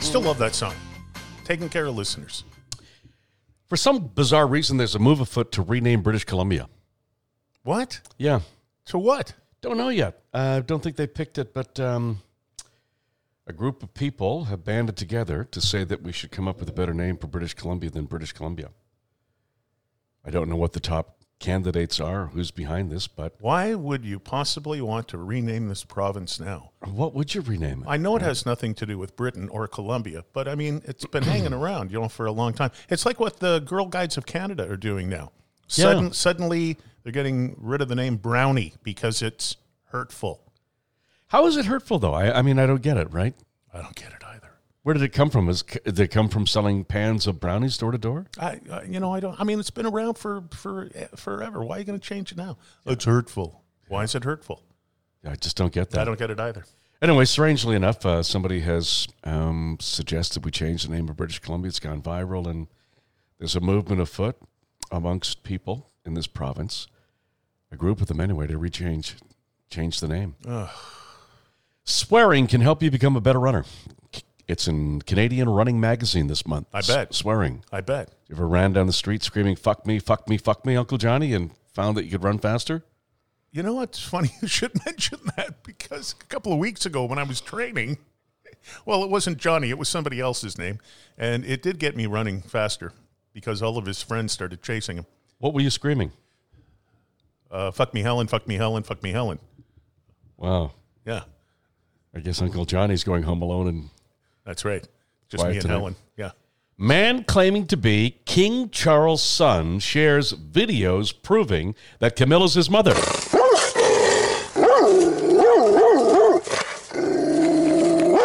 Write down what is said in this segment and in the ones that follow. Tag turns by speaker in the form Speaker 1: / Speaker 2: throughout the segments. Speaker 1: still love that song. Taking care of listeners.
Speaker 2: For some bizarre reason, there's a move afoot to rename British Columbia.
Speaker 1: What?
Speaker 2: Yeah.
Speaker 1: To what?
Speaker 2: Don't know yet. I uh, don't think they picked it, but um, a group of people have banded together to say that we should come up with a better name for British Columbia than British Columbia. I don't know what the top candidates are, who's behind this, but
Speaker 1: Why would you possibly want to rename this province now?
Speaker 2: what would you rename it?
Speaker 1: I know it has nothing to do with Britain or Colombia, but I mean, it's been hanging around, you know, for a long time. It's like what the Girl Guides of Canada are doing now. Sudden,
Speaker 2: Yeah.
Speaker 1: suddenly, they're getting rid of the name Brownie because it's hurtful.
Speaker 2: How is it hurtful, though? I, I mean, I don't get it, right?
Speaker 1: I don't get it either.
Speaker 2: Where did it come from? Is, did it come from selling pans of brownies door to door?
Speaker 1: I, I you know, I don't. I mean, it's been around for for eh, forever. Why are you going to change it now? It's hurtful. Why is it hurtful?
Speaker 2: I just don't get that.
Speaker 1: I don't get it either.
Speaker 2: Anyway, strangely enough, uh, somebody has um, suggested we change the name of British Columbia. It's gone viral, and there's a movement afoot amongst people in this province, a group of them anyway, to rechange change the name. Swearing can help you become a better runner. It's in Canadian Running Magazine this month.
Speaker 1: I bet.
Speaker 2: S- swearing.
Speaker 1: I bet.
Speaker 2: You ever ran down the street screaming "fuck me, fuck me, fuck me, Uncle Johnny" and found that you could run faster?
Speaker 1: You know what's funny? You should mention that because a couple of weeks ago when I was training, well, it wasn't Johnny, it was somebody else's name. And it did get me running faster because all of his friends started chasing him.
Speaker 2: What were you screaming?
Speaker 1: Uh, fuck me, Helen, fuck me, Helen, fuck me, Helen.
Speaker 2: Wow.
Speaker 1: Yeah,
Speaker 2: I guess Uncle Johnny's going home alone and
Speaker 1: that's right. Just
Speaker 2: Quiet
Speaker 1: me and
Speaker 2: tonight.
Speaker 1: Helen. Yeah.
Speaker 2: Man claiming to be King Charles' son shares videos proving that Camilla's his mother.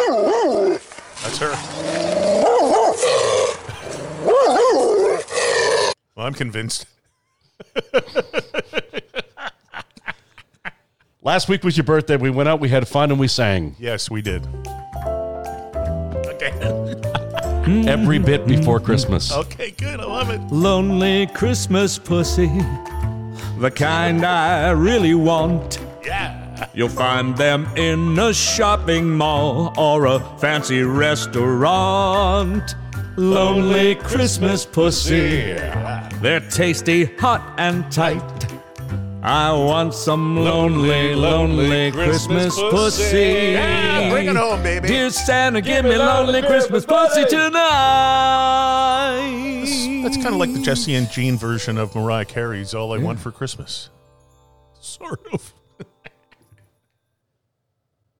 Speaker 1: That's her. Well, I'm convinced.
Speaker 2: Last week was your birthday. We went out, we had fun, and we sang
Speaker 1: Yes, we did. Okay.
Speaker 2: every bit before Christmas.
Speaker 1: Okay, good. I love it.
Speaker 3: Lonely Christmas pussy, the kind I really want.
Speaker 1: Yeah.
Speaker 3: You'll find them in a shopping mall or a fancy restaurant. Lonely Christmas pussy, they're tasty, hot, and tight. I want some lonely, lonely Christmas pussy.
Speaker 1: Yeah, bring it home, baby.
Speaker 3: Dear Santa, give me lonely Christmas pussy tonight.
Speaker 1: That's kind of like the Jesse and Jean version of Mariah Carey's All I Want for Christmas. Sort of.